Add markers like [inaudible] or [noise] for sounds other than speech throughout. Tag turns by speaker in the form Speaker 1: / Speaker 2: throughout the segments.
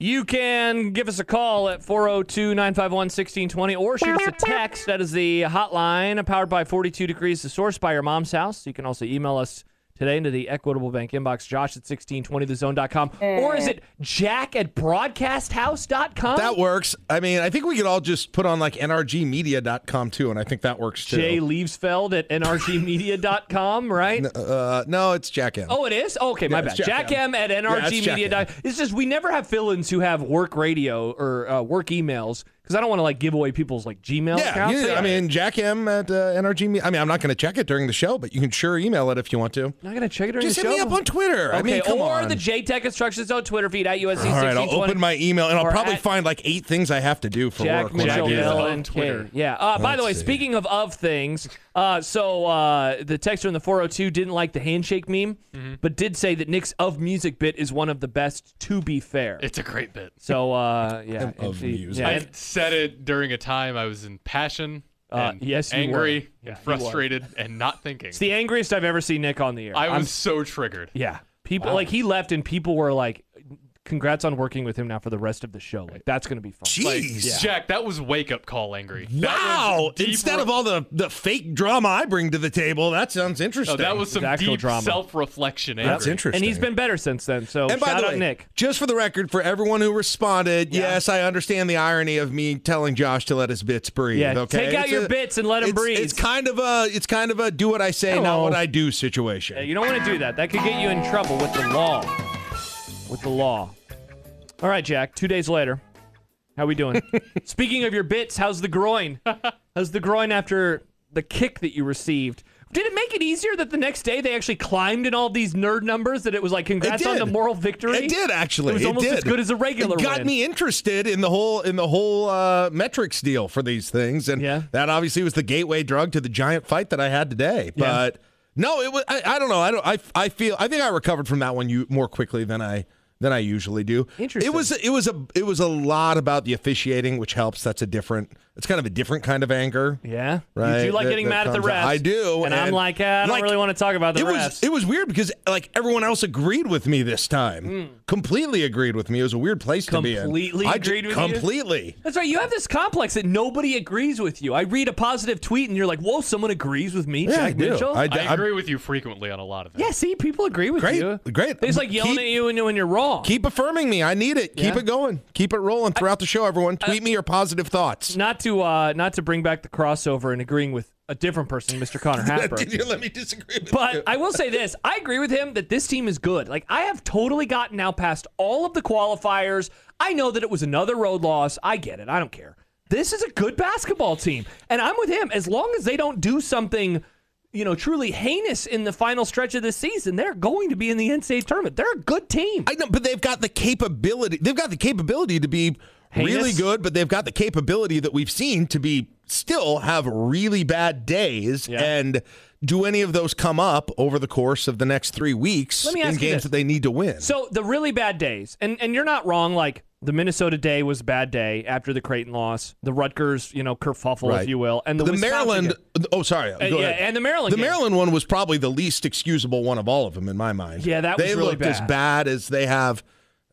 Speaker 1: You can give us a call at 402 951 1620 or shoot us a text. That is the hotline powered by 42 Degrees, the source by your mom's house. You can also email us today into the Equitable Bank inbox, josh at 1620thezone.com. Or is it jack at broadcasthouse.com?
Speaker 2: That works. I mean, I think we could all just put on like nrgmedia.com too, and I think that works too.
Speaker 1: Jay Leavesfeld at
Speaker 2: [laughs]
Speaker 1: nrgmedia.com, right?
Speaker 2: uh, no, it's Jack M.
Speaker 1: Oh, it is? Oh, okay, my bad.
Speaker 2: it's Jack
Speaker 1: Jack,
Speaker 2: M.
Speaker 1: M. at
Speaker 2: it's Jack
Speaker 1: nrgmedia. dot- It's just we never have fill-ins who have work radio or uh, work emails because I don't want to like give away people's like Gmail
Speaker 2: yeah,
Speaker 1: accounts.
Speaker 2: you- I mean, Jack M at uh, NRG. Me- I mean, I'm not going to check it during the show, but you can sure email it if you want to.
Speaker 1: I'm not gonna check it during
Speaker 2: Just
Speaker 1: the show.
Speaker 2: hit me up on Twitter. I
Speaker 1: Okay,
Speaker 2: mean, come
Speaker 1: or
Speaker 2: on.
Speaker 1: the JTech Instructions Zone Twitter feed at USC.
Speaker 2: all right, I'll open my email, and I'll
Speaker 1: or
Speaker 2: probably
Speaker 1: at-
Speaker 2: find like eight things I have to do for
Speaker 1: Jack
Speaker 2: work. when I
Speaker 1: Mitchell
Speaker 2: do that.
Speaker 1: Bell and Twitter. Yeah. Uh, by the way,
Speaker 2: Let's see.
Speaker 1: speaking of of things, uh, so uh, the texter in the 402 didn't like the handshake meme,
Speaker 2: Mm-hmm.
Speaker 1: but did say that Nick's of music bit is one of the best. To be fair,
Speaker 3: It's a great bit.
Speaker 1: so uh, yeah,
Speaker 2: Of
Speaker 1: and the-
Speaker 2: music.
Speaker 1: yeah,
Speaker 3: I
Speaker 1: and-
Speaker 3: said it during a time I was in passion,
Speaker 1: Uh,
Speaker 3: and
Speaker 1: yes, you
Speaker 3: angry,
Speaker 1: were.
Speaker 3: and
Speaker 1: Yeah, you were.
Speaker 3: frustrated, and not thinking.
Speaker 1: It's the angriest I've ever seen Nick on the air.
Speaker 3: I was
Speaker 1: I'm-
Speaker 3: so triggered.
Speaker 1: yeah. People like he left and people were like, "Congrats on working with him now for the rest of the show. Like that's gonna be fun."
Speaker 3: Like,
Speaker 2: Jeez.
Speaker 3: Jack, that was wake up call angry. That was
Speaker 2: Wow!
Speaker 3: deep
Speaker 2: Instead
Speaker 3: re-
Speaker 2: of all the, the fake drama I bring to the table, that
Speaker 1: Oh,
Speaker 2: sounds interesting.
Speaker 3: No, that was some
Speaker 1: actual
Speaker 3: deep
Speaker 1: drama.
Speaker 3: self reflection angry.
Speaker 2: That's interesting.
Speaker 1: And he's been better since then. So
Speaker 2: And
Speaker 1: shout
Speaker 2: by the
Speaker 1: out
Speaker 2: way,
Speaker 1: Nick.
Speaker 2: just for the record, for everyone who responded,
Speaker 1: Yeah.
Speaker 2: yes, I understand the irony of me telling Josh to let his bits breathe.
Speaker 1: Yeah,
Speaker 2: okay,
Speaker 1: take out
Speaker 2: It's
Speaker 1: your bits and let 'em
Speaker 2: it's-
Speaker 1: breathe.
Speaker 2: It's kind of a, it's kind of a do what I say, not
Speaker 1: Hello.
Speaker 2: what I do situation.
Speaker 1: Yeah, you don't want to do that. That could get you in trouble with the law. With the law. All right, Jack. Two days later, how we
Speaker 2: [laughs]
Speaker 1: doing? Speaking of your bits, how's the groin? How's the groin after the kick that you received? Did it make it easier that the next day they actually climbed in all these nerd numbers? That it was like congrats on the
Speaker 2: did.
Speaker 1: moral victory.
Speaker 2: It did actually.
Speaker 1: It was almost
Speaker 2: did.
Speaker 1: as good as a regular
Speaker 2: It got
Speaker 1: win.
Speaker 2: me interested in the whole in the whole uh, metrics deal for these things, and
Speaker 1: Yeah.
Speaker 2: that obviously was the gateway drug to the giant fight that I had today.
Speaker 1: Yeah.
Speaker 2: But no, it was. I, I don't know. I don't. I, I feel. I think I recovered from that one you, more quickly than I than I usually do.
Speaker 1: Interesting.
Speaker 2: It was. It was a. It was a lot about the officiating, which helps. That's a different. It's kind of a different kind of anger.
Speaker 1: Yeah.
Speaker 2: Right,
Speaker 1: You do like
Speaker 2: that-
Speaker 1: getting
Speaker 2: that
Speaker 1: mad at the
Speaker 2: comes
Speaker 1: refs.
Speaker 2: out. I do,
Speaker 1: And, I'm
Speaker 2: and,
Speaker 1: like, "Ah, I don't
Speaker 2: like,
Speaker 1: really want to talk about the
Speaker 2: it
Speaker 1: refs.
Speaker 2: was it was weird because like everyone else agreed with me this time. Completely agreed with me. It was a weird place to be
Speaker 1: Mm.
Speaker 2: in.
Speaker 1: Completely
Speaker 2: I ju-
Speaker 1: agreed with you?
Speaker 2: completely.
Speaker 1: That's right. You have this complex that nobody agrees with you. I read a positive tweet and you're like, whoa, someone agrees with me,
Speaker 2: Yeah,
Speaker 1: Jack
Speaker 2: I do.
Speaker 1: Mitchell.
Speaker 2: I,
Speaker 3: I
Speaker 2: I-
Speaker 3: agree with you frequently on a lot of things.
Speaker 1: yeah, see, people agree with
Speaker 2: Great,
Speaker 1: you.
Speaker 2: great.
Speaker 1: They just like yelling
Speaker 2: Keep-
Speaker 1: at you when, when you're wrong.
Speaker 2: Keep affirming me. I need it. Keep
Speaker 1: Yeah.
Speaker 2: it going. Keep it rolling throughout the show. Everyone, tweet me your positive thoughts.
Speaker 1: not to uh, not to bring back the crossover and agreeing with a different person, Mr.
Speaker 2: [laughs]
Speaker 1: Connor Happer.
Speaker 2: Did you let me disagree? With you?
Speaker 1: But I will say this: I agree with him that this team is good. Like I have totally gotten now past all of the qualifiers. I know that it was another road loss. I get it. I don't care. This is a good basketball team, and I'm with him. As long as they don't do something, you know, truly heinous in the final stretch of this season, they're going to be in the NCAA tournament. They're a good team.
Speaker 2: I know, but they've got the capability. They've got the capability to be really
Speaker 1: Heinous?
Speaker 2: good, but they've got the capability that we've seen to be still have really bad days.
Speaker 1: Yeah.
Speaker 2: And do any of those come up over the course of the next three weeks
Speaker 1: Let me
Speaker 2: in
Speaker 1: ask you
Speaker 2: games
Speaker 1: this.
Speaker 2: that they need to win?
Speaker 1: So the really bad days, and and you're not wrong. Like the Minnesota day was a bad day after the Creighton loss, the Rutgers, you know, kerfuffle,
Speaker 2: Right.
Speaker 1: if you will, and the,
Speaker 2: the
Speaker 1: Wisconsin
Speaker 2: Maryland.
Speaker 1: game. Uh,
Speaker 2: Oh, sorry. Go
Speaker 1: yeah,
Speaker 2: ahead.
Speaker 1: and the Maryland
Speaker 2: The
Speaker 1: game.
Speaker 2: Maryland one was probably the least excusable one of all of them in my mind.
Speaker 1: Yeah, that was
Speaker 2: they
Speaker 1: really
Speaker 2: looked as
Speaker 1: bad.
Speaker 2: bad as they have.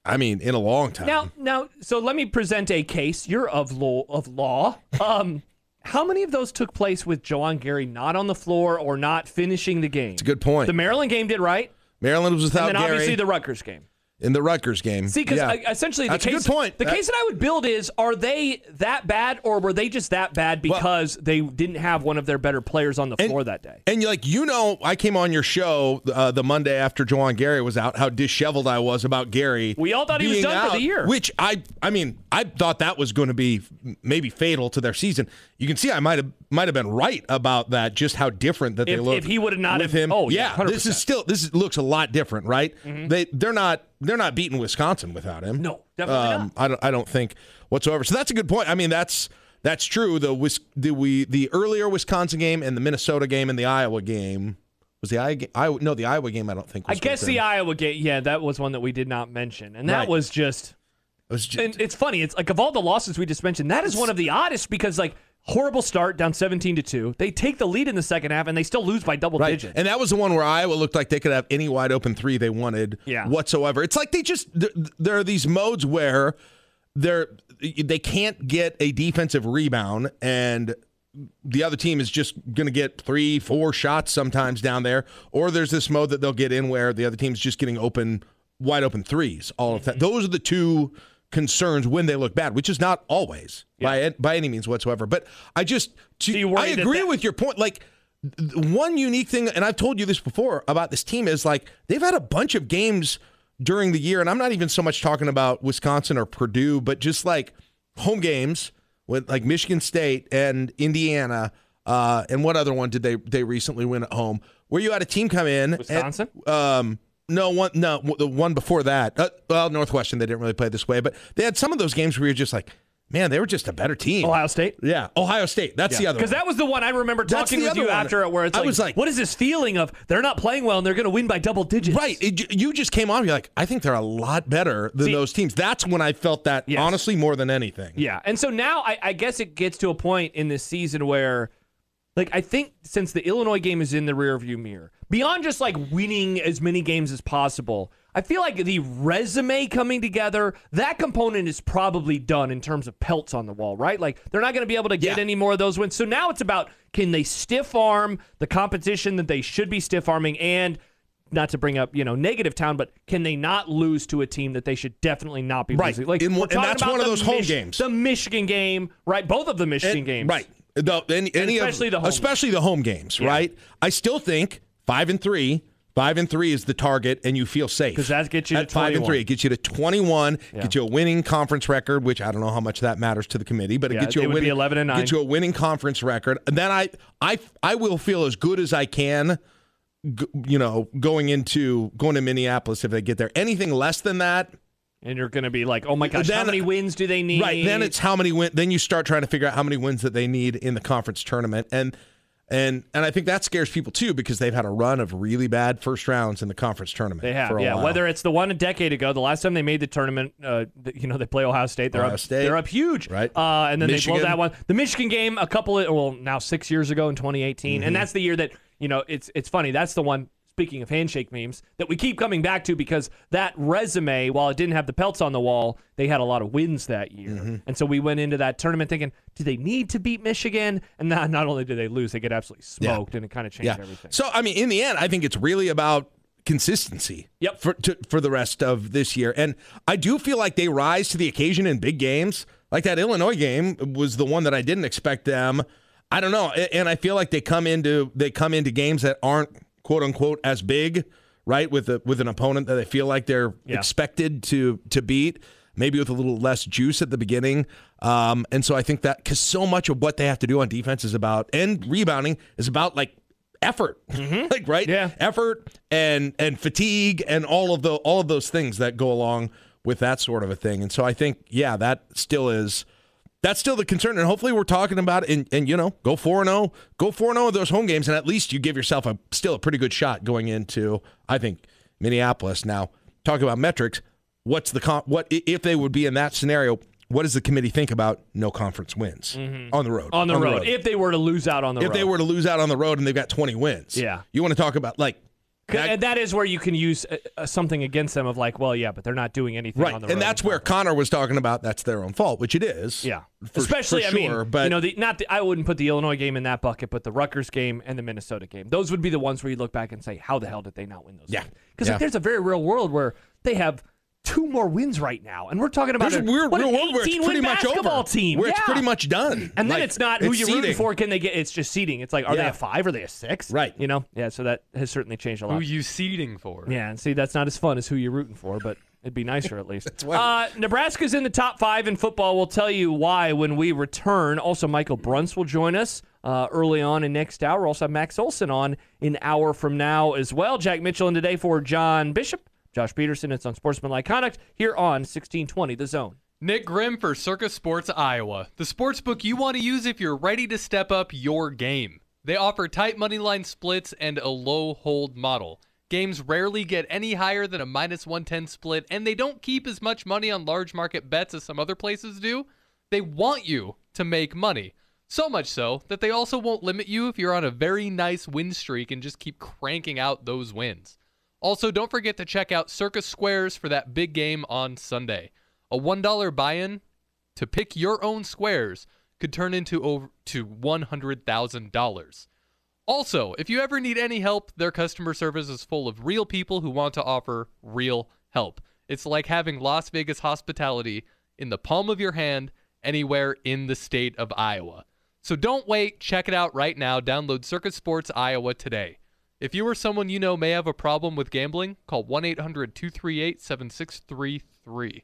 Speaker 2: I mean, in a long time.
Speaker 1: Now, now, so let me present a case. You're of law. Of law. Um, how many of those took place with Joanne Gary not on the floor or not finishing the game? It's a
Speaker 2: good point.
Speaker 1: The Maryland game did right,
Speaker 2: Maryland was without
Speaker 1: and then
Speaker 2: Gary
Speaker 1: obviously the Rutgers game.
Speaker 2: in the Rutgers game.
Speaker 1: See, because
Speaker 2: yeah.
Speaker 1: essentially the
Speaker 2: That's a
Speaker 1: case.
Speaker 2: good point.
Speaker 1: The
Speaker 2: That-
Speaker 1: case that I would build is: Are they that bad, or were they just that bad because they didn't have one of their better players on the floor that day?
Speaker 2: And you like you know, I came on your show uh, the Monday after Jawan Gary was out. How disheveled I was about Gary.
Speaker 1: We all thought he was
Speaker 2: being
Speaker 1: done for the
Speaker 2: out,
Speaker 1: year.
Speaker 2: Which I, I mean, I thought that was going to be maybe fatal to their season. You can see I might have might have been right about that. Just how different that they
Speaker 1: If-
Speaker 2: look.
Speaker 1: if he would have not
Speaker 2: with
Speaker 1: have-
Speaker 2: him.
Speaker 1: oh, yeah,
Speaker 2: this is
Speaker 1: 100%.
Speaker 2: still this is, looks a lot different, right? They they're not they're not beating Wisconsin without him. Um,
Speaker 1: No, definitely not.
Speaker 2: I don't. I don't think whatsoever. So that's a good point. I mean, that's that's true. The Wis- the we the earlier Wisconsin game and the Minnesota game and the Iowa game was the Iowa. ga- Iowa no, the Iowa game. I don't think.
Speaker 1: I
Speaker 2: Was
Speaker 1: guess the
Speaker 2: It
Speaker 1: Iowa game, yeah, that was one that we did not mention, and that
Speaker 2: Right.
Speaker 1: was just.
Speaker 2: was ju-
Speaker 1: And it's funny. It's like of all the losses we just mentioned, that is one of the oddest because like horrible start down seventeen to two. They take the lead in the second half and they still lose by double
Speaker 2: Right.
Speaker 1: digits.
Speaker 2: And that was the one where Iowa looked like they could have any wide open three they wanted
Speaker 1: Yeah.
Speaker 2: whatsoever. It's like they just there, there are these modes where they're they can't get a defensive rebound and the other team is just going to get three, four shots sometimes down there, or there's this mode that they'll get in where the other team's just getting open, wide open threes all of that.
Speaker 1: Mm-hmm.
Speaker 2: Those are the two concerns when they look bad, which is not always by by any means whatsoever. But I just to,
Speaker 1: Do you
Speaker 2: I
Speaker 1: worry that
Speaker 2: agree
Speaker 1: that-
Speaker 2: with your point. Like th- one unique thing, and I've told you this before about this team is like they've had a bunch of games during the year, and I'm not even so much talking about Wisconsin or Purdue, but just like home games with like Michigan State and Indiana, uh, and what other one did they they recently win at home? Where you had a team come in, and-
Speaker 1: Wisconsin?
Speaker 2: um, no one, no w- the one before that. Uh, well, Northwestern they didn't really play this way, but they had some of those games where you're just like, man, they were just a better team.
Speaker 1: Ohio State.
Speaker 2: yeah, Ohio State. That's the other.
Speaker 1: Because
Speaker 2: one.
Speaker 1: that was the one I remember
Speaker 2: That's
Speaker 1: talking
Speaker 2: the
Speaker 1: with
Speaker 2: other
Speaker 1: you
Speaker 2: one.
Speaker 1: after it, where it's
Speaker 2: I
Speaker 1: like,
Speaker 2: was like-
Speaker 1: what is this feeling of they're not playing well and they're going to win by double digits?
Speaker 2: Right. It, you just came on. You're like, I think they're a lot better than
Speaker 1: See-
Speaker 2: those teams. That's when I felt that,
Speaker 1: Yes.
Speaker 2: honestly, more than anything.
Speaker 1: Yeah. And so now I, I guess it gets to a point in this season where, like, I think since the Illinois game is in the rearview mirror, beyond just like winning as many games as possible, I feel like the resume coming together, that component is probably done in terms of pelts on the wall, right? Like, they're not going to be able to get
Speaker 2: Yeah.
Speaker 1: any more of those wins. So now it's about can they stiff arm the competition that they should be stiff arming and. Not to bring up, you know, negative town, but can they not lose to a team that they should definitely not be
Speaker 2: Right.
Speaker 1: losing? Like,
Speaker 2: And
Speaker 1: we're
Speaker 2: one- and
Speaker 1: talking
Speaker 2: that's
Speaker 1: about
Speaker 2: one of
Speaker 1: the
Speaker 2: those home
Speaker 1: Mich-
Speaker 2: games.
Speaker 1: The Michigan game, right? Both of the Michigan
Speaker 2: And-
Speaker 1: games,
Speaker 2: Right. The- any, any of-
Speaker 1: especially the home
Speaker 2: especially the home games, right? I still think five and three, five and three is the target, and you feel safe
Speaker 1: 'Cause that gets you
Speaker 2: at
Speaker 1: to
Speaker 2: five and
Speaker 1: 21.
Speaker 2: three. It gets you to twenty-one, gets you a winning conference record, which I don't know how much that matters to the committee, but it
Speaker 1: Yeah,
Speaker 2: gets you
Speaker 1: it
Speaker 2: a
Speaker 1: would be
Speaker 2: winning
Speaker 1: 11 and nine.
Speaker 2: Gets you a winning conference record, and then I, I, I will feel as good as I can. g- You know, going into going to Minneapolis if they get there. Anything less than that,
Speaker 1: And you're going to be like, oh my gosh, how
Speaker 2: Then-
Speaker 1: many wins do they need?
Speaker 2: Right. Then it's how many win. Then you start trying to figure out how many wins that they need in the conference tournament, and and and I think that scares people too because they've had a run of really bad first rounds in the conference tournament.
Speaker 1: they
Speaker 2: for
Speaker 1: have,
Speaker 2: a
Speaker 1: yeah.
Speaker 2: while.
Speaker 1: Whether it's the one a decade ago, the last time they made the tournament, uh, th- you know, they play Ohio State. They're
Speaker 2: Ohio
Speaker 1: up,
Speaker 2: State.
Speaker 1: they're up huge,
Speaker 2: Right.
Speaker 1: Uh, and then they
Speaker 2: Michigan.
Speaker 1: blow that one. The Michigan game, a couple of well, now six years ago in 2018,
Speaker 2: Mm-hmm.
Speaker 1: and that's the year that you know it's it's funny. That's the one. Speaking of handshake memes, that we keep coming back to because that resume, while it didn't have the pelts on the wall, they had a lot of wins that year,
Speaker 2: Mm-hmm.
Speaker 1: and so we went into that tournament thinking, do they need to beat Michigan? And not, not only did they lose, they get absolutely smoked, and it kind of changed
Speaker 2: yeah.
Speaker 1: everything.
Speaker 2: So I mean, in the end, I think it's really about consistency.
Speaker 1: Yep.
Speaker 2: For to, for the rest of this year, and I do feel like they rise to the occasion in big games. Like that Illinois game was the one that I didn't expect them. I don't know, a- and I feel like they come into they come into games that aren't quote unquote as big, right? With a with an opponent that they feel like they're
Speaker 1: Yeah.
Speaker 2: expected to to beat. Maybe with a little less juice at the beginning, um, and so I think that because so much of what they have to do on defense is about and rebounding is about like effort [laughs] like right
Speaker 1: Mm-hmm. Yeah.
Speaker 2: effort and and fatigue and all of the all of those things that go along with that sort of a thing and so i think yeah that still is that's still the concern and hopefully we're talking about it and, and you know go 4-0 go 4-0 in those home games and at least you give yourself a still a pretty good shot going into i think minneapolis now talking about metrics what's the con- what i- if they would be in that scenario what does the committee think about no conference wins on the road
Speaker 1: Mm-hmm. on the, road, if they were to lose out on the
Speaker 2: if
Speaker 1: road,
Speaker 2: they were to lose out on the road and they've got 20 wins.
Speaker 1: Yeah.
Speaker 2: You want to talk about like that-
Speaker 1: and uh, that is where you can use uh, uh, something against them of like, well, yeah, but they're not doing anything
Speaker 2: right.
Speaker 1: on the road.
Speaker 2: And that's where Connor was talking about that's their own fault, which it is.
Speaker 1: yeah,
Speaker 2: for-
Speaker 1: especially
Speaker 2: for
Speaker 1: I mean,
Speaker 2: sure, but
Speaker 1: you know, the, not the, I wouldn't put the Illinois game in that bucket, but the Rutgers game and the Minnesota game, those would be the ones where you look back and say, how the hell did they not win those?
Speaker 2: Yeah.
Speaker 1: because
Speaker 2: Yeah.
Speaker 1: like there's a very real world where they have two more wins right now, and we're talking about
Speaker 2: there's a
Speaker 1: a-
Speaker 2: weird
Speaker 1: what
Speaker 2: real
Speaker 1: an
Speaker 2: world where it's
Speaker 1: 18 win
Speaker 2: pretty much
Speaker 1: basketball
Speaker 2: over.
Speaker 1: team,
Speaker 2: Where it's
Speaker 1: Yeah.
Speaker 2: pretty much done.
Speaker 1: And then
Speaker 2: Like,
Speaker 1: it's not who you're rooting
Speaker 2: seeding.
Speaker 1: for. Can they get? It's just seeding. It's like, are they
Speaker 2: Yeah.
Speaker 1: a five? Are they a six?
Speaker 2: Right.
Speaker 1: You know. Yeah. So that has certainly changed a lot.
Speaker 3: Who you seeding for?
Speaker 1: Yeah, and see, that's not as fun as who you're rooting for, but it'd be nicer at least. that's
Speaker 2: why-
Speaker 1: Uh, Nebraska's in the top five in football. We'll tell you why when we return. Also, Michael Brunts will join us uh, early on in next hour. Also, have Max Olson on an hour from now as well. Jack Mitchell in today for John Bishop. Josh Peterson. It's on sportsmanlike conduct here on 1620 The Zone.
Speaker 3: Nick Grimm for Circus Sports Iowa, the sports book you want to use if you're ready to step up your game. They offer tight money line splits and a low hold model. Games rarely get any higher than a minus 110 split, and they don't keep as much money on large market bets as some other places do. They want you to make money. So much so that they also won't limit you if you're on a very nice win streak and just keep cranking out those wins. Also, don't forget to check out Circus Squares for that big game on Sunday. A $1 buy in to pick your own squares could turn into over to $100,000. Also, if you ever need any help, their customer service is full of real people who want to offer real help. It's like having Las Vegas hospitality in the palm of your hand anywhere in the state of Iowa. So don't wait, check it out right now. Download Circus Sports Iowa today. If you or someone you know may have a problem with gambling, call 1 800 238 7633.